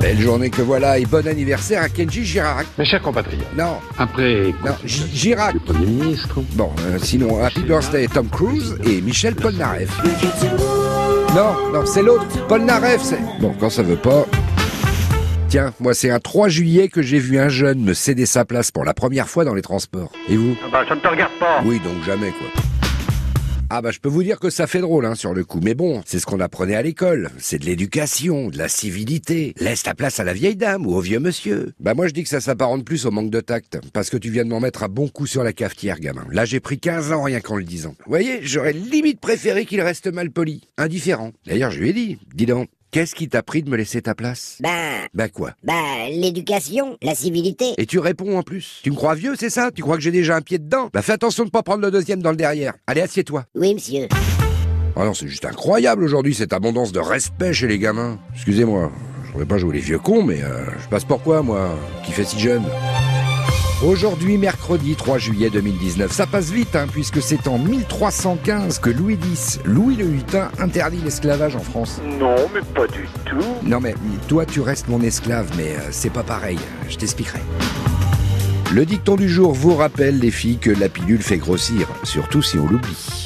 Belle journée que voilà et bon anniversaire à Kenji Girac. Mes chers compatriotes, Non, après non, Gi- Girac. le Premier ministre, Bon, euh, sinon, Happy Birthday Tom Cruise et Michel Polnareff. Non, non, c'est l'autre. Polnareff, c'est... Bon, quand ça veut pas... Tiens, moi c'est un 3 juillet que j'ai vu un jeune me céder sa place pour la première fois dans les transports. Et vous Ah bah, ça ne te regarde pas. Oui, donc jamais quoi. Ah bah je peux vous dire que ça fait drôle hein, sur le coup, mais bon, c'est ce qu'on apprenait à l'école. C'est de l'éducation, de la civilité. Laisse la place à la vieille dame ou au vieux monsieur. Bah moi je dis que ça s'apparente plus au manque de tact, parce que tu viens de m'en mettre à bon coup sur la cafetière, gamin. Là j'ai pris 15 ans rien qu'en le disant. Vous voyez, j'aurais limite préféré qu'il reste mal poli, indifférent. D'ailleurs je lui ai dit, dis donc, qu'est-ce qui t'a pris de me laisser ta place Ben, Bah quoi ben, l'éducation, la civilité. et tu réponds en plus. Tu me crois vieux, c'est ça Tu crois que j'ai déjà un pied dedans Bah fais attention de pas prendre le deuxième dans le derrière. Allez, assieds-toi. Oui, monsieur. Ah non, c'est juste incroyable aujourd'hui cette abondance de respect chez les gamins. Excusez-moi, je voudrais pas jouer les vieux cons, mais euh, je passe pour quoi, moi, qui fait si jeune Aujourd'hui, mercredi 3 juillet 2019, ça passe vite, hein, puisque c'est en 1315 que Louis X, Louis le Hutin, interdit l'esclavage en France. Non, mais pas du tout. Non mais toi tu restes mon esclave mais euh, c'est pas pareil, je t'expliquerai. Le dicton du jour vous rappelle les filles que la pilule fait grossir, surtout si on l'oublie.